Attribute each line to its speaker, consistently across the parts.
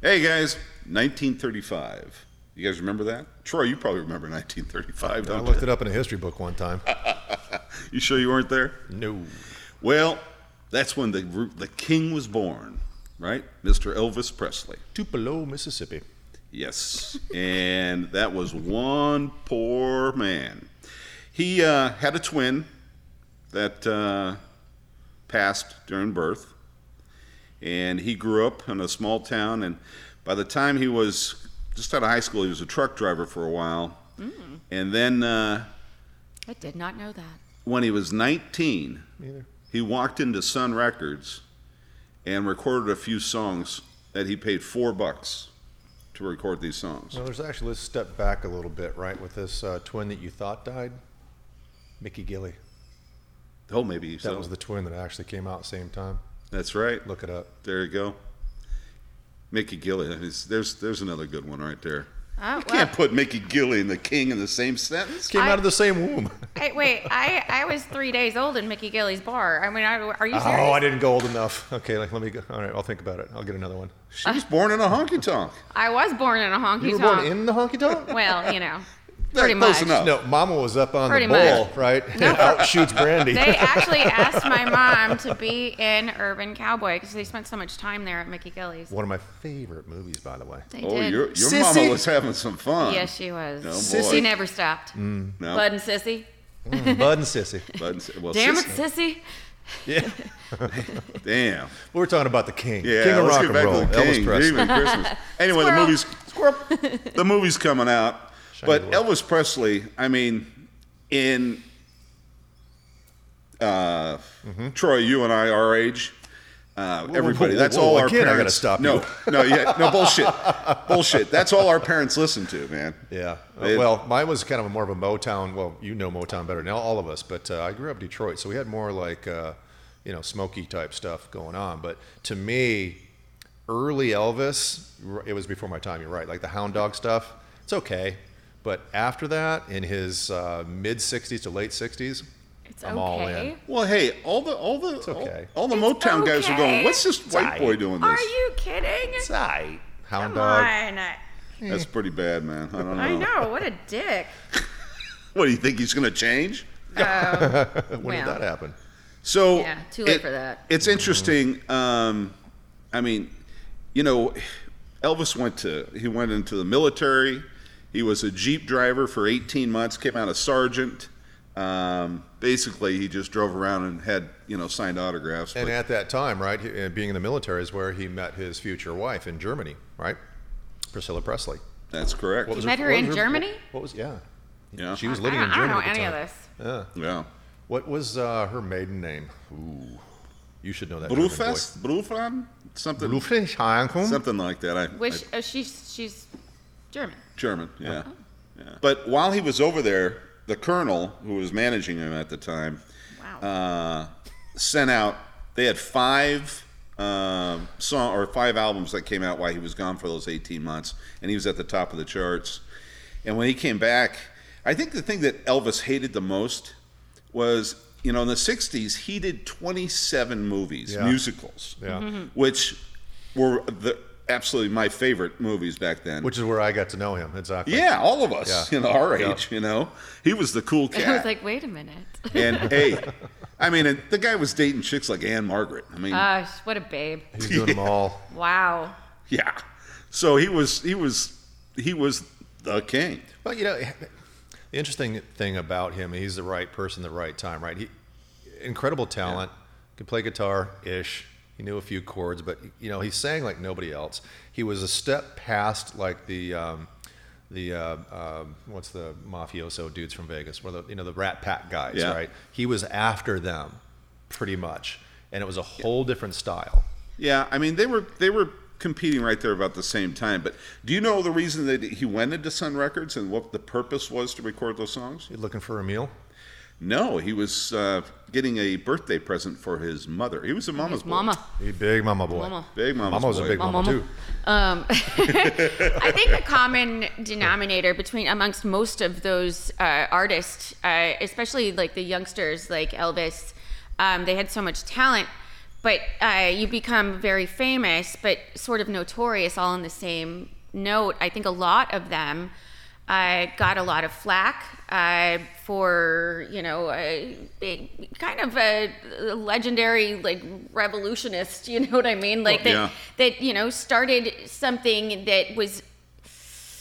Speaker 1: Hey guys, 1935. You guys remember that? Troy, you probably remember 1935,
Speaker 2: I
Speaker 1: don't
Speaker 2: looked it up in a history book one time.
Speaker 1: Uh, you? You sure you weren't there?
Speaker 2: No.
Speaker 1: Well, that's when the ru- the king was born, right? Mr. Elvis Presley.
Speaker 2: Tupelo, Mississippi.
Speaker 1: Yes. and that was one poor man. He uh, had a twin that uh, passed during birth. And he grew up in a small town. And by the time he was just out of high school, he was a truck driver for a while. And then uh,
Speaker 3: I did not know that.
Speaker 1: when he was 19,
Speaker 2: Me either.
Speaker 1: he walked into Sun Records and recorded a few songs that he paid four bucks to record these songs.
Speaker 2: Well, there's actually, let's step back a little bit, right, with this uh, twin that you thought died, Mickey Gilly.
Speaker 1: Oh, maybe
Speaker 2: That
Speaker 1: so.
Speaker 2: was the twin that actually came out at the same time.
Speaker 1: That's right.
Speaker 2: Look it up.
Speaker 1: There you go. Mickey Gilly. That is- There's there's another good one right there.
Speaker 3: Oh,
Speaker 1: You can't put Mickey Gilly and the King in the same sentence.
Speaker 2: Came
Speaker 3: I-
Speaker 2: out of the same womb.
Speaker 3: Hey, wait, I, I was three days old in Mickey Gilly's bar. I mean, I, are you serious?
Speaker 2: Oh, I didn't go old enough. Okay, like, let me go. All right, I'll think about it. I'll get another one.
Speaker 1: She
Speaker 3: Uh,
Speaker 1: was born in a honky tonk.
Speaker 3: I was born in a honky
Speaker 2: You were
Speaker 3: tonk.
Speaker 2: born in the honky tonk?
Speaker 3: well, you know, pretty
Speaker 1: close
Speaker 3: much.
Speaker 1: enough.
Speaker 2: No, Mama was up on
Speaker 3: Pretty
Speaker 2: the bowl,
Speaker 3: much.
Speaker 2: right? And out shoots Brandy.
Speaker 3: They actually asked my mom to be in Urban Cowboy because they spent so much time there at Mickey Gilly's.
Speaker 2: One of my favorite movies, by the way.
Speaker 3: They
Speaker 1: Oh,
Speaker 3: did.
Speaker 1: your, your
Speaker 2: Sissy.
Speaker 1: mama was having some fun.
Speaker 3: Yes, she was.
Speaker 1: No, boy.
Speaker 3: She never stopped.
Speaker 2: Mm.
Speaker 1: No.
Speaker 3: Bud and Sissy.
Speaker 2: Bud and Sissy.
Speaker 1: But- well,
Speaker 3: Damn
Speaker 1: Sissy-
Speaker 3: it, Sissy.
Speaker 2: Yeah.
Speaker 1: Damn.
Speaker 2: We're talking about the king.
Speaker 1: Yeah,
Speaker 2: king of
Speaker 1: let's
Speaker 2: rock
Speaker 1: get
Speaker 2: and
Speaker 1: back
Speaker 2: roll.
Speaker 1: to the King.
Speaker 2: Elvis Presley.
Speaker 1: Even Christmas. Anyway, the
Speaker 3: Squirrel.
Speaker 1: movie's the movie's coming out, but
Speaker 2: little-
Speaker 1: Elvis Presley. I mean, in uh, Troy, you and I, our age. Uh, everybody,
Speaker 2: Mm-hmm. whoa,
Speaker 1: that's
Speaker 2: whoa,
Speaker 1: all our
Speaker 2: again, I
Speaker 1: parents.
Speaker 2: gotta stop
Speaker 1: no,
Speaker 2: you.
Speaker 1: no, yeah, no bullshit, bullshit. That's all our parents listen to, man.
Speaker 2: Yeah. Uh,
Speaker 1: It-
Speaker 2: well, mine was kind of a more of a Motown. Well, you know Motown better now, all of us. But uh, I grew up in Detroit, so we had more like, uh, you know, smoky type stuff going on. But to me, early Elvis, r- it was before my time. You're right. Like the Hound Dog stuff, it's okay. But after that, in his uh, mid 60s to late 60s,
Speaker 3: It's
Speaker 2: I'm all
Speaker 3: okay.
Speaker 2: in.
Speaker 1: Well, hey, all the all the all-
Speaker 2: okay.
Speaker 1: all, the
Speaker 3: It's
Speaker 1: Motown guys are going.
Speaker 3: okay.
Speaker 1: What's this white boy doing this?
Speaker 3: Are you kidding? Come
Speaker 2: Hound Dog.
Speaker 3: on.
Speaker 1: That's pretty bad, man. I don't know.
Speaker 3: I know. What a dick.
Speaker 1: What do you think he's going to change?
Speaker 2: When did
Speaker 3: Well.
Speaker 2: that happen?
Speaker 1: So
Speaker 3: Yeah, too late for that.
Speaker 1: It's interesting. Um, I mean, you know, Elvis went to he went into the military. He was a jeep driver for 18 months. Came out a sergeant. Um, basically, he just drove around and had you know signed autographs.
Speaker 2: And
Speaker 1: but-
Speaker 2: at that time, right, he- uh, being in the military is where he met his future wife in Germany, right? Priscilla Presley.
Speaker 1: that's correct.
Speaker 2: was
Speaker 3: met her
Speaker 2: what
Speaker 3: in
Speaker 2: was
Speaker 3: Germany?
Speaker 2: What was yeah?
Speaker 1: yeah,
Speaker 2: She was living
Speaker 3: I
Speaker 2: in
Speaker 3: don't,
Speaker 2: Germany.
Speaker 3: I don't
Speaker 2: at
Speaker 3: know
Speaker 2: the
Speaker 3: any of
Speaker 2: time.
Speaker 3: this.
Speaker 1: yeah.
Speaker 2: What was uh, her maiden name? Ooh, you should know that. German boy.
Speaker 1: Brufest, Brufan, something,
Speaker 2: Blufenscheinkum?
Speaker 1: something like that. I, I
Speaker 3: Which uh, she's she's German.
Speaker 1: German, yeah. yeah. But while he was over there, the colonel who was managing him at the time
Speaker 3: Wow.
Speaker 1: uh, sent out. They had five um song or five albums that came out while he was gone for those eighteen months, and he was at the top of the charts. And when he came back, I think the thing that Elvis hated the most was, you know, in the '60s he did 27 movies,
Speaker 2: Yeah.
Speaker 1: musicals,
Speaker 2: Yeah. Mhm.
Speaker 1: which were the absolutely my favorite movies back then.
Speaker 2: Which is where I got to know him exactly.
Speaker 1: Yeah, all of us,
Speaker 2: Yeah.
Speaker 1: you know, our
Speaker 2: Yeah.
Speaker 1: age, you know. He was the cool cat.
Speaker 3: I was like, wait a minute.
Speaker 1: and hey, I mean, and the guy was dating chicks like Anne Margaret. I mean,
Speaker 3: Gosh, what a babe.
Speaker 2: he's doing them all.
Speaker 3: Wow.
Speaker 1: yeah. So he was, he was, he was the king.
Speaker 2: Well, you know, the interesting thing about him, he's the right person, at the right time, right? He incredible talent, could play guitar ish. He knew a few chords, but you know, he sang like nobody else. He was a step past like the um, the uh, um what's the mafioso dudes from Vegas, where the you know the Rat Pack guys,
Speaker 1: Yeah.
Speaker 2: right? He was after them, pretty much, and it was a whole different style.
Speaker 1: Yeah, I mean, they were they were competing right there about the same time. But do you know the reason that he went into Sun Records and what the purpose was to record those songs?
Speaker 2: You looking for a meal?
Speaker 1: No, he was uh, getting a birthday present for his mother. He was a mama's boy.
Speaker 3: Mama.
Speaker 2: Hey, big mama boy.
Speaker 3: Mama.
Speaker 1: Big mama's
Speaker 2: Mama was
Speaker 1: boy.
Speaker 2: a big mama,
Speaker 3: Mama.
Speaker 2: too.
Speaker 3: Um, I think the common denominator between amongst most of those uh, artists, uh, especially like the youngsters like Elvis, um, they had so much talent, but uh, you become very famous, but sort of notorious, all in the same note. I think a lot of them uh, got a lot of flack uh, for, you know, a, a kind of a legendary, like, revolutionist, you know what I mean? Like,
Speaker 1: Well,
Speaker 3: that, that, you know, started something that was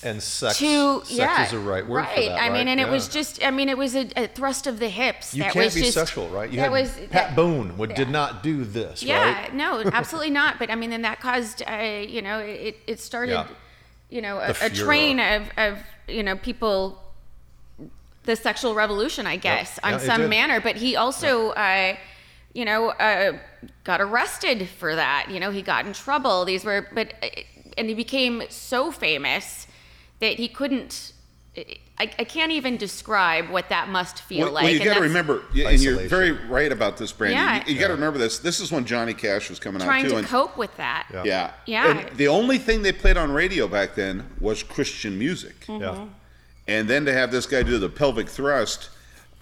Speaker 2: And sex,
Speaker 3: too,
Speaker 2: sex
Speaker 3: yeah.
Speaker 2: is the right word for that.
Speaker 3: I mean,
Speaker 2: right?
Speaker 3: and it
Speaker 2: Yeah.
Speaker 3: was just, I mean, it was a, a thrust of the hips.
Speaker 2: You
Speaker 3: that
Speaker 2: can't
Speaker 3: was
Speaker 2: be
Speaker 3: just,
Speaker 2: sexual, right? You
Speaker 3: that
Speaker 2: had
Speaker 3: was,
Speaker 2: Pat
Speaker 3: that-
Speaker 2: Boone would, did
Speaker 3: yeah.
Speaker 2: not do this,
Speaker 3: Yeah,
Speaker 2: right?
Speaker 3: no, absolutely not. But I mean, then that caused, uh, you know, it, it started,
Speaker 2: Yeah.
Speaker 3: you know, a,
Speaker 2: The
Speaker 3: a
Speaker 2: furor.
Speaker 3: train of, of, you know, people, the sexual revolution, I guess,
Speaker 2: Yeah,
Speaker 3: on
Speaker 2: it
Speaker 3: some
Speaker 2: did.
Speaker 3: manner. But he also, uh, you know, uh, got arrested for that. You know, he got in trouble. These were, but, uh, and he became so famous that he couldn't. I, I can't even describe what that must feel
Speaker 1: Well,
Speaker 3: like.
Speaker 1: well you
Speaker 3: And
Speaker 1: got to
Speaker 3: that's
Speaker 1: remember, y- and you're
Speaker 2: Isolation.
Speaker 1: very right about this, Brandon.
Speaker 3: Yeah.
Speaker 1: You, got to remember this. This is when Johnny Cash was coming out
Speaker 3: trying
Speaker 1: too.
Speaker 3: to
Speaker 1: and,
Speaker 3: cope with that.
Speaker 1: Yeah.
Speaker 3: Yeah.
Speaker 1: And the only thing they played on radio back then was Christian music,
Speaker 3: Mm-hmm.
Speaker 2: Yeah.
Speaker 1: and then to have this guy do the pelvic thrust,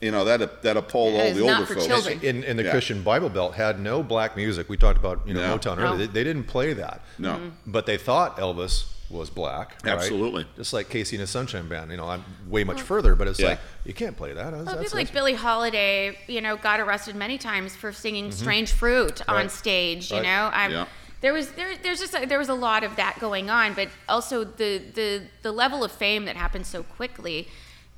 Speaker 1: you know that that appalled all
Speaker 3: is
Speaker 1: the
Speaker 3: not
Speaker 1: older
Speaker 3: for
Speaker 1: folks.
Speaker 3: children.
Speaker 2: in, in the
Speaker 1: Yeah.
Speaker 2: Christian Bible Belt had no black music. We talked about you know
Speaker 1: No.
Speaker 2: Motown
Speaker 3: No.
Speaker 2: earlier. They, they didn't play that.
Speaker 1: No.
Speaker 3: Mm-hmm.
Speaker 1: Mhm.
Speaker 2: But they thought Elvis was black. right?
Speaker 1: Absolutely.
Speaker 2: Just like Casey and his Sunshine Band. You know, I'm way much further, but it's
Speaker 1: Yeah.
Speaker 2: like you can't play that.
Speaker 3: Well,
Speaker 2: That's, that's-
Speaker 3: people like
Speaker 2: that's-
Speaker 3: Billie Holiday, you know, got arrested many times for singing "Strange Fruit" on
Speaker 2: Mm-hmm. Right.
Speaker 3: stage. You
Speaker 2: Right.
Speaker 3: know, um,
Speaker 1: Yeah.
Speaker 3: there was there, there's just a, there was a lot of that going on, but also the the the level of fame that happened so quickly.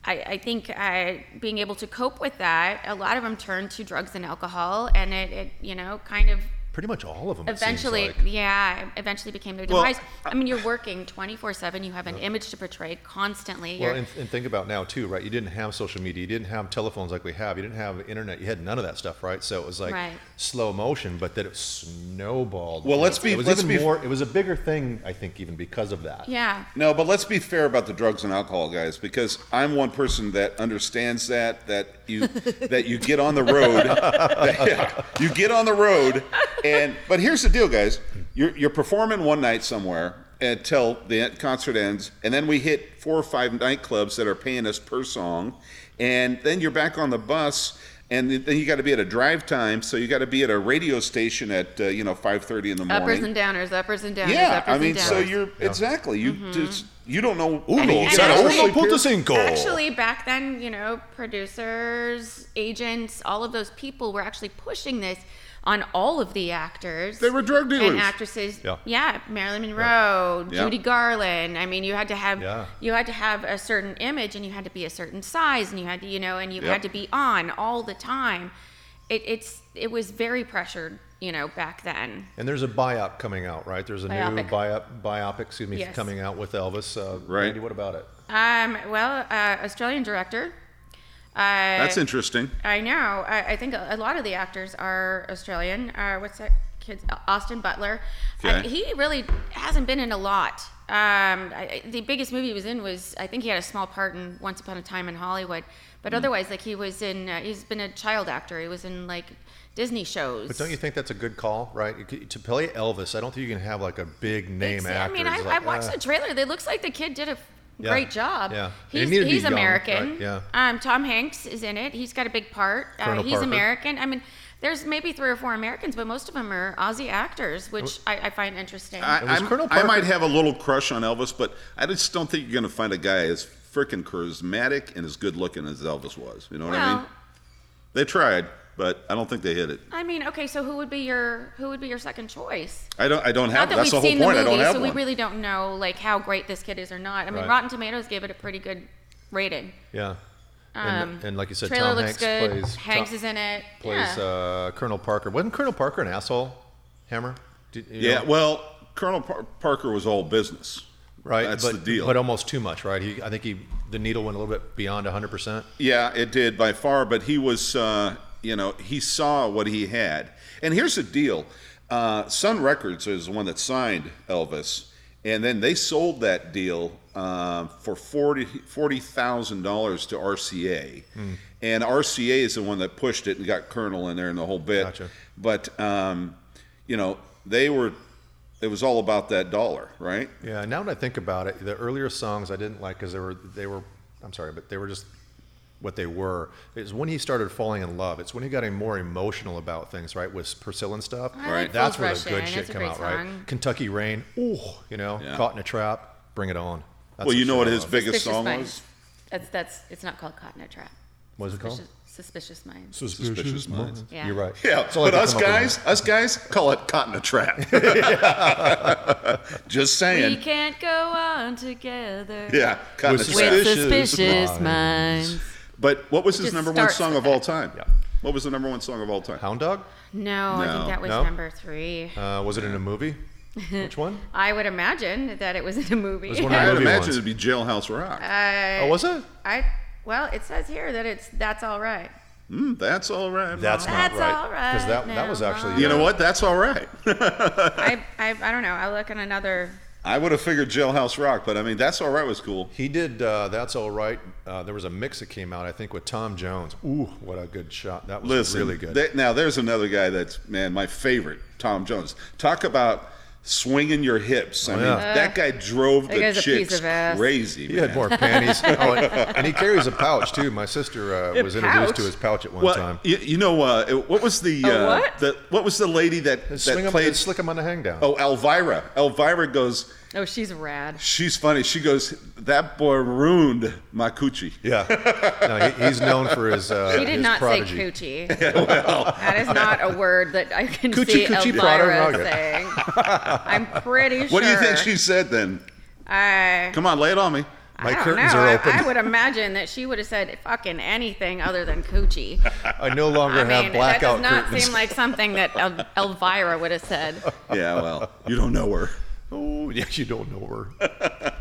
Speaker 3: I, I think uh, being able to cope with that, a lot of them turned to drugs and alcohol, and it, it you know kind of
Speaker 2: pretty much all of them. it seems
Speaker 3: eventually
Speaker 2: like.
Speaker 3: yeah eventually became their
Speaker 1: Well,
Speaker 3: demise. I mean, you're working 24/7, you have an image to portray constantly.
Speaker 2: Well,
Speaker 3: you're-
Speaker 2: and, and think about now too, right? You didn't have social media, you didn't have telephones like we have, you didn't have internet, you had none of that stuff, right? So it was like
Speaker 3: Right.
Speaker 2: slow motion, but that it snowballed.
Speaker 1: Well, let's be-
Speaker 2: It was
Speaker 1: let's
Speaker 2: even
Speaker 1: be-
Speaker 2: more. It was a bigger thing, I think, even because of that.
Speaker 3: yeah.
Speaker 1: No, but let's be fair about the drugs and alcohol guys because I'm one person that understands that that you that you get on the road that- you get on the road and but here's the deal guys you're you're performing one night somewhere until the concert ends and then we hit four or five nightclubs that are paying us per song and then you're back on the bus and then you got to be at a drive time so you got to be at a radio station at uh, you know 5:30 in the morning
Speaker 3: Uppers and downers, uppers and downers,
Speaker 1: yeah,
Speaker 3: uppers
Speaker 1: I mean,
Speaker 3: and downers.
Speaker 1: so you're exactly you
Speaker 3: Mm-hmm.
Speaker 1: just you don't know. Ooh,
Speaker 3: mean,
Speaker 1: is
Speaker 3: I
Speaker 1: that
Speaker 3: mean,
Speaker 1: Uno
Speaker 3: actually-
Speaker 1: Punto
Speaker 2: Cinco.
Speaker 3: Actually, back then, you know, producers, agents, all of those people were actually pushing this on all of the actors.
Speaker 1: They were drug dealers.
Speaker 3: and actresses.
Speaker 2: Yeah.
Speaker 3: Yeah, Marilyn Monroe,
Speaker 1: Yeah.
Speaker 3: Judy Garland. I mean, you had to have
Speaker 2: Yeah.
Speaker 3: you had to have a certain image, and you had to be a certain size, and you had to, you know, and you
Speaker 1: Yep.
Speaker 3: had to be on all the time. It, it's it was very pressured, you know, back then.
Speaker 2: And there's a biop coming out, right? There's a new
Speaker 3: Biopic.
Speaker 2: biop, biopic, excuse me,
Speaker 3: Yes.
Speaker 2: coming out with Elvis. Uh,
Speaker 1: Right.
Speaker 2: Randy, what about it?
Speaker 3: Um, well, uh, Australian director. Uh,
Speaker 1: That's interesting.
Speaker 3: I know. I, I think a, a lot of the actors are Australian. Uh, what's that kid's Austin Butler?
Speaker 1: Okay.
Speaker 3: Uh, he really hasn't been in a lot. Um, I, I- the biggest movie he was in was I think he had a small part in Once Upon a Time in Hollywood,
Speaker 2: Hmm.
Speaker 3: but otherwise, like he was in, uh, he's been a child actor. He was in like Disney shows.
Speaker 2: But don't you think that's a good call, right? You could- To play Elvis, I don't think you can have like a big name
Speaker 3: It's-
Speaker 2: actor.
Speaker 3: I mean, I,
Speaker 2: It's
Speaker 3: I
Speaker 2: like,
Speaker 3: watched
Speaker 2: uh,
Speaker 3: the trailer. It looks like the kid did a f-
Speaker 2: Yeah.
Speaker 3: great job.
Speaker 2: Yeah. He
Speaker 3: He's,
Speaker 2: needed to be
Speaker 3: he's
Speaker 2: young,
Speaker 3: American.
Speaker 2: right? Yeah.
Speaker 3: Um, Tom Hanks is in it. He's got a big part. Uh,
Speaker 2: Colonel
Speaker 3: he's
Speaker 2: Parker.
Speaker 3: American. I mean, there's maybe three or four Americans, but most of them are Aussie actors, which
Speaker 2: Oh.
Speaker 3: I, I find interesting.
Speaker 1: I,
Speaker 2: It was
Speaker 1: I'm-
Speaker 2: Colonel
Speaker 1: I might
Speaker 2: Parker.
Speaker 1: have a little crush on Elvis, but I just don't think you're going to find a guy as freaking charismatic and as good looking as Elvis was. You know what I
Speaker 3: well,
Speaker 1: mean? They tried, but I don't think they hit it.
Speaker 3: I mean, okay, so who would be your who would be your second choice?
Speaker 1: I don't. I don't
Speaker 3: Not
Speaker 1: have.
Speaker 3: that
Speaker 1: That's the
Speaker 3: we've
Speaker 1: whole
Speaker 3: seen
Speaker 1: point.
Speaker 3: the
Speaker 1: I don't
Speaker 3: movie,
Speaker 1: have
Speaker 3: so
Speaker 1: one.
Speaker 3: we really don't know like how great this kid is or not. I mean,
Speaker 2: Right.
Speaker 3: Rotten Tomatoes gave it a pretty good rating.
Speaker 2: Yeah. And,
Speaker 3: Um,
Speaker 2: and like you said,
Speaker 3: trailer
Speaker 2: Tom
Speaker 3: looks
Speaker 2: Hanks
Speaker 3: good.
Speaker 2: plays.
Speaker 3: Hanks
Speaker 2: Tom-
Speaker 3: is in it.
Speaker 2: plays
Speaker 3: yeah.
Speaker 2: uh, Colonel Parker. Wasn't Colonel Parker an asshole? Hammer. Did, you
Speaker 1: yeah.
Speaker 2: know?
Speaker 1: Well, Colonel Par- Parker was all business.
Speaker 2: right.
Speaker 1: That's
Speaker 2: but,
Speaker 1: the deal.
Speaker 2: But almost too much, right? He, I think he the needle went a little bit beyond 100. percent
Speaker 1: Yeah, it did by far, but he was, uh, you know, he saw what he had. And here's the deal uh, Sun Records is the one that signed Elvis, and then they sold that deal uh, for $40,000 $40,000 to RCA. And RCA is the one that pushed it and got Colonel in there and the whole bit.
Speaker 2: Gotcha.
Speaker 1: But, um, you know, they were, it was all about that dollar, right?
Speaker 2: Yeah. Now that I think about it, the earlier songs I didn't like because they were they were I'm sorry, but they were just what they were. It's when he started falling in love. It's when he got more emotional about things, right? With Priscilla and stuff.
Speaker 3: I like
Speaker 2: That's
Speaker 3: Fool's
Speaker 2: where
Speaker 3: Rush
Speaker 2: the good
Speaker 3: In.
Speaker 2: shit
Speaker 3: It's a
Speaker 2: come
Speaker 3: great
Speaker 2: out,
Speaker 3: song.
Speaker 2: right? Kentucky Rain. Ooh, you know,
Speaker 1: Yeah.
Speaker 2: caught in a trap. Bring it on. That's
Speaker 1: well, you know what
Speaker 2: shit I
Speaker 1: his
Speaker 2: love.
Speaker 1: biggest
Speaker 3: Suspicious
Speaker 1: song
Speaker 3: Minds.
Speaker 1: was?
Speaker 3: That's that's. It's not called Caught in a Trap.
Speaker 2: What is it called?
Speaker 3: Suspicious, suspicious Minds.
Speaker 1: Suspicious Minds.
Speaker 3: Yeah.
Speaker 2: You're right.
Speaker 1: Yeah,
Speaker 2: That's all I
Speaker 1: but
Speaker 2: could
Speaker 1: us
Speaker 2: come up with.
Speaker 1: guys, us guys, call it caught in a trap. Just
Speaker 3: We
Speaker 1: saying.
Speaker 3: can't go on together.
Speaker 1: Yeah, caught in a
Speaker 2: With
Speaker 1: trap.
Speaker 3: With
Speaker 2: Suspicious
Speaker 3: suspicious
Speaker 2: minds.
Speaker 3: minds.
Speaker 1: But what was his
Speaker 3: just
Speaker 1: number one
Speaker 3: starts
Speaker 1: song
Speaker 3: with
Speaker 1: of all time?
Speaker 2: Yeah.
Speaker 1: What was the number one song of all time?
Speaker 2: Hound Dog?
Speaker 3: No, I
Speaker 1: No.
Speaker 3: think that was
Speaker 2: No?
Speaker 3: number three.
Speaker 2: Uh, was it in a movie? Which one?
Speaker 3: I would imagine that it was in a movie.
Speaker 2: was one of
Speaker 1: I would
Speaker 2: Movie
Speaker 1: imagine
Speaker 2: ones.
Speaker 1: it'd be Jailhouse Rock.
Speaker 3: Uh,
Speaker 2: Oh, was it?
Speaker 3: I well, it says here that it's that's all right.
Speaker 1: Mm, that's all right.
Speaker 2: That's
Speaker 1: Mom.
Speaker 2: not
Speaker 3: That's
Speaker 2: right.
Speaker 3: all right
Speaker 2: Because that, that
Speaker 3: now,
Speaker 2: was actually. uh,
Speaker 1: you know what? That's all right.
Speaker 3: I, I I don't know. I'll look in another.
Speaker 1: I would have figured Jailhouse Rock, but I mean, that's all right was cool.
Speaker 2: He did uh, That's All Right. Uh, there was a mix that came out, I think, with Tom Jones. Ooh, what a good shot. That was
Speaker 1: Listen,
Speaker 2: really good.
Speaker 1: that- now there's another guy that's man, my favorite, Tom Jones. Talk about swinging your hips. I mean,
Speaker 2: Oh, yeah.
Speaker 1: that guy drove
Speaker 3: Uh, That
Speaker 1: the
Speaker 3: guy's a piece
Speaker 1: chicks
Speaker 3: of ass.
Speaker 1: crazy.
Speaker 2: he had
Speaker 1: man.
Speaker 2: more panties. Oh, and, and he carries a pouch, too. My sister uh,
Speaker 3: A
Speaker 2: was introduced
Speaker 3: pouch?
Speaker 2: to his pouch at one
Speaker 1: Well,
Speaker 2: time.
Speaker 1: You, you know, uh, it- what was the
Speaker 3: A
Speaker 1: uh,
Speaker 3: what?
Speaker 1: the what was the lady that,
Speaker 2: Swing
Speaker 1: that
Speaker 2: 'em-
Speaker 1: played?
Speaker 2: slick him on the hang down.
Speaker 1: Oh, Elvira. Elvira goes.
Speaker 3: Oh, she's rad.
Speaker 1: She's funny. She goes. That boy ruined my coochie.
Speaker 2: Yeah. No, he, he's known for his. Uh,
Speaker 3: She did
Speaker 2: his
Speaker 3: not
Speaker 2: prodigy.
Speaker 3: say coochie. that is not a word that I can
Speaker 2: Coochie,
Speaker 3: see
Speaker 2: coochie,
Speaker 3: Elvira
Speaker 2: Prada,
Speaker 3: saying. I'm pretty sure.
Speaker 1: What do you think she said then?
Speaker 3: I,
Speaker 1: Come on, lay it on me.
Speaker 2: My
Speaker 3: I don't
Speaker 2: curtains
Speaker 3: know.
Speaker 2: are
Speaker 3: I-
Speaker 2: open.
Speaker 3: I, would imagine that she would have said fucking anything other than coochie.
Speaker 2: I no longer
Speaker 3: I
Speaker 2: have
Speaker 3: mean, that
Speaker 2: blackout
Speaker 3: does not
Speaker 2: curtains.
Speaker 3: seem like something that El- Elvira would have said.
Speaker 1: Yeah, well, you don't know her.
Speaker 2: oh, yeah, you don't know her.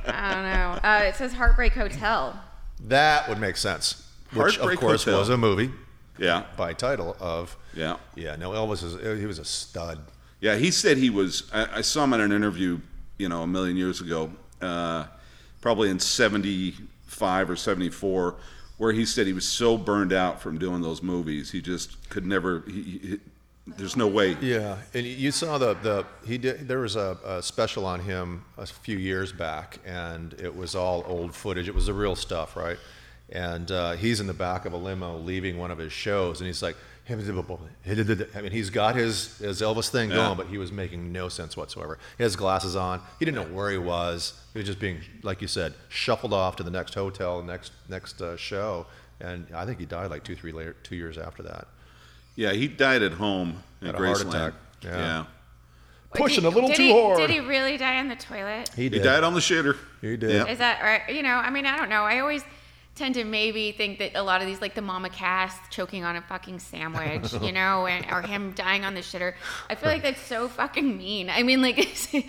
Speaker 3: I don't know. Uh, it says Heartbreak Hotel.
Speaker 2: That would make sense. Which,
Speaker 1: Heartbreak
Speaker 2: of course,
Speaker 1: Hotel.
Speaker 2: was a movie
Speaker 1: Yeah,
Speaker 2: by title of.
Speaker 1: yeah,
Speaker 2: Yeah, no, Elvis is he was a stud.
Speaker 1: yeah. He said he was. I, I saw him in an interview, you know, a million years ago, uh, probably in '75 or '74, where he said he was so burned out from doing those movies, he just could never. He, he, he- there's no way.
Speaker 2: Yeah, and you- you saw the the he did. There was a, a special on him a few years back, and it was all old footage. It was the real stuff, right? And uh, he's in the back of a limo leaving one of his shows, and he's like, I mean, he's got his his Elvis thing
Speaker 1: Yeah.
Speaker 2: going, but he was making no sense whatsoever. He had his glasses on. He didn't know where he was. He was just being, like you said, shuffled off to the next hotel, next next uh, show. And I think he died like two three later, two years after that.
Speaker 1: Yeah, he died at home in
Speaker 2: Had a heart
Speaker 1: Graceland.
Speaker 2: attack.
Speaker 1: Yeah.
Speaker 2: Yeah. Pushing
Speaker 3: Did-
Speaker 2: a little
Speaker 3: did
Speaker 2: too
Speaker 3: he,
Speaker 2: hard.
Speaker 3: Did he really die in the toilet?
Speaker 1: he died on the shitter.
Speaker 2: He did.
Speaker 1: Yeah.
Speaker 3: Is that right? You know, I mean, I don't know. I always tend to maybe think that a lot of these, like the Mama Cass choking on a fucking sandwich, you know, and, or him dying on the shitter. I feel like that's so fucking mean. I mean, like, you,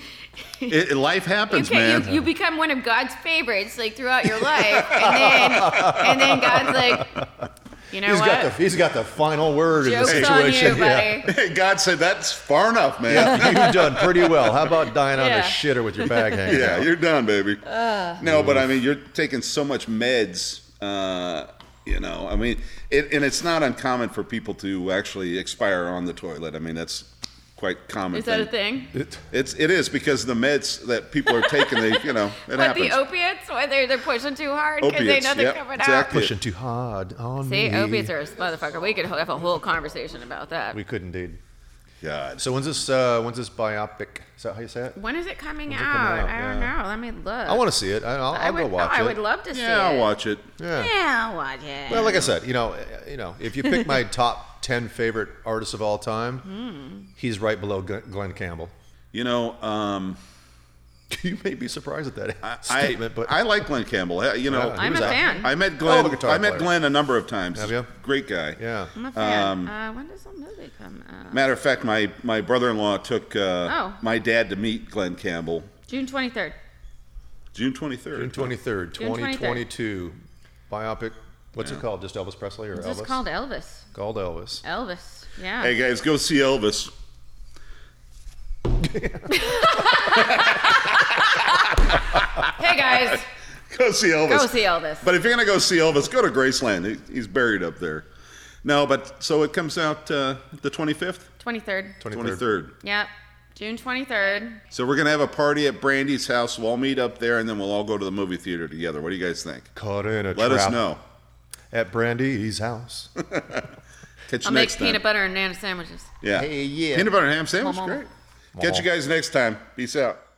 Speaker 1: It, it- life happens,
Speaker 3: can't,
Speaker 1: man.
Speaker 3: you, you become one of God's favorites, like, throughout your life. And then, and then God's like, you know
Speaker 2: He's
Speaker 3: what?
Speaker 2: got the he's got the final word in the
Speaker 3: Joke's
Speaker 2: situation.
Speaker 3: on you, buddy.
Speaker 1: God said that's far enough, man.
Speaker 2: Yeah. You've done pretty well. How about dying on
Speaker 3: Yeah.
Speaker 2: a shitter with your bag hanging?
Speaker 1: Yeah,
Speaker 2: out?
Speaker 1: you're done, baby.
Speaker 3: Ah.
Speaker 1: no, but I mean, you're taking so much meds. Uh, you know, I mean, it, and it's not uncommon for people to actually expire on the toilet. I mean, that's quite common.
Speaker 3: Is that a thing?
Speaker 2: It-
Speaker 1: It's it is because the meds that people are taking, they you know, it
Speaker 3: What,
Speaker 1: happens.
Speaker 3: the opiates? Why they're, they're pushing too hard because they
Speaker 1: Opiates,
Speaker 3: know they're
Speaker 1: yep,
Speaker 3: coming
Speaker 1: exactly.
Speaker 2: pushing too hard on
Speaker 3: out. See,
Speaker 2: me.
Speaker 3: opiates are a motherfucker. We could have a whole conversation about that.
Speaker 2: we could indeed.
Speaker 1: God.
Speaker 2: So when's this? Uh, when's this biopic? Is that how you say it?
Speaker 3: When is it coming,
Speaker 2: it
Speaker 3: out?
Speaker 2: coming out?
Speaker 3: I don't
Speaker 2: Yeah.
Speaker 3: know. Let me look.
Speaker 2: I want to see it. I, I'll,
Speaker 3: I
Speaker 2: I'll
Speaker 3: would,
Speaker 2: go watch
Speaker 3: I
Speaker 2: it.
Speaker 3: would love to see
Speaker 1: Yeah, I'll
Speaker 3: it.
Speaker 1: watch it.
Speaker 2: Yeah.
Speaker 3: Yeah, I'll watch it.
Speaker 2: Well, like I said, you know, uh, you know, if you pick my top ten favorite artists of all time,
Speaker 3: Hmm.
Speaker 2: he's right below Glen Glenn Campbell.
Speaker 1: You know, um,
Speaker 2: You may be surprised at that
Speaker 1: I-
Speaker 2: statement, but
Speaker 1: I like Glenn Campbell. I- You know,
Speaker 2: Yeah, he
Speaker 3: I'm a
Speaker 2: was out.
Speaker 3: fan.
Speaker 1: I met Glenn.
Speaker 2: Oh, guitar
Speaker 1: I met
Speaker 2: player.
Speaker 1: Glenn a number of times.
Speaker 2: Have you?
Speaker 1: Great guy.
Speaker 2: yeah.
Speaker 3: I'm a fan. uh, when does the movie come out?
Speaker 1: Matter of fact, my, my brother in law took uh,
Speaker 3: Oh.
Speaker 1: my dad to meet Glenn Campbell
Speaker 3: June 23rd.
Speaker 1: June 23rd.
Speaker 2: June 23rd,
Speaker 3: June 23rd.
Speaker 2: 2022. Biopic. What's it called? Just Elvis Presley or
Speaker 3: It's
Speaker 2: Elvis?
Speaker 3: just called Elvis.
Speaker 2: Called Elvis.
Speaker 3: Elvis. Yeah.
Speaker 1: Hey guys, go see Elvis.
Speaker 3: Hey, guys,
Speaker 1: Go see Elvis.
Speaker 3: go see Elvis.
Speaker 1: But if you're gonna go see Elvis, go to Graceland. He- He's buried up there. No, but so it comes out uh, the 25th,
Speaker 3: 23rd.
Speaker 2: 23rd.
Speaker 1: 23rd.
Speaker 3: Yep. June 23rd.
Speaker 1: So we're gonna have a party at Brandy's house. We'll all meet up there, and then we'll all go to the movie theater together. What do you guys think?
Speaker 2: Caught in a
Speaker 1: Let
Speaker 2: trap.
Speaker 1: us know.
Speaker 2: at Brandy's house.
Speaker 1: Catch
Speaker 3: I'll
Speaker 1: you
Speaker 3: make
Speaker 1: next
Speaker 3: peanut
Speaker 1: time.
Speaker 3: butter and banana sandwiches.
Speaker 1: Yeah.
Speaker 4: Hey, yeah.
Speaker 1: Peanut butter and ham sandwich.
Speaker 3: Mama.
Speaker 1: Great. Catch you guys next time. Peace out.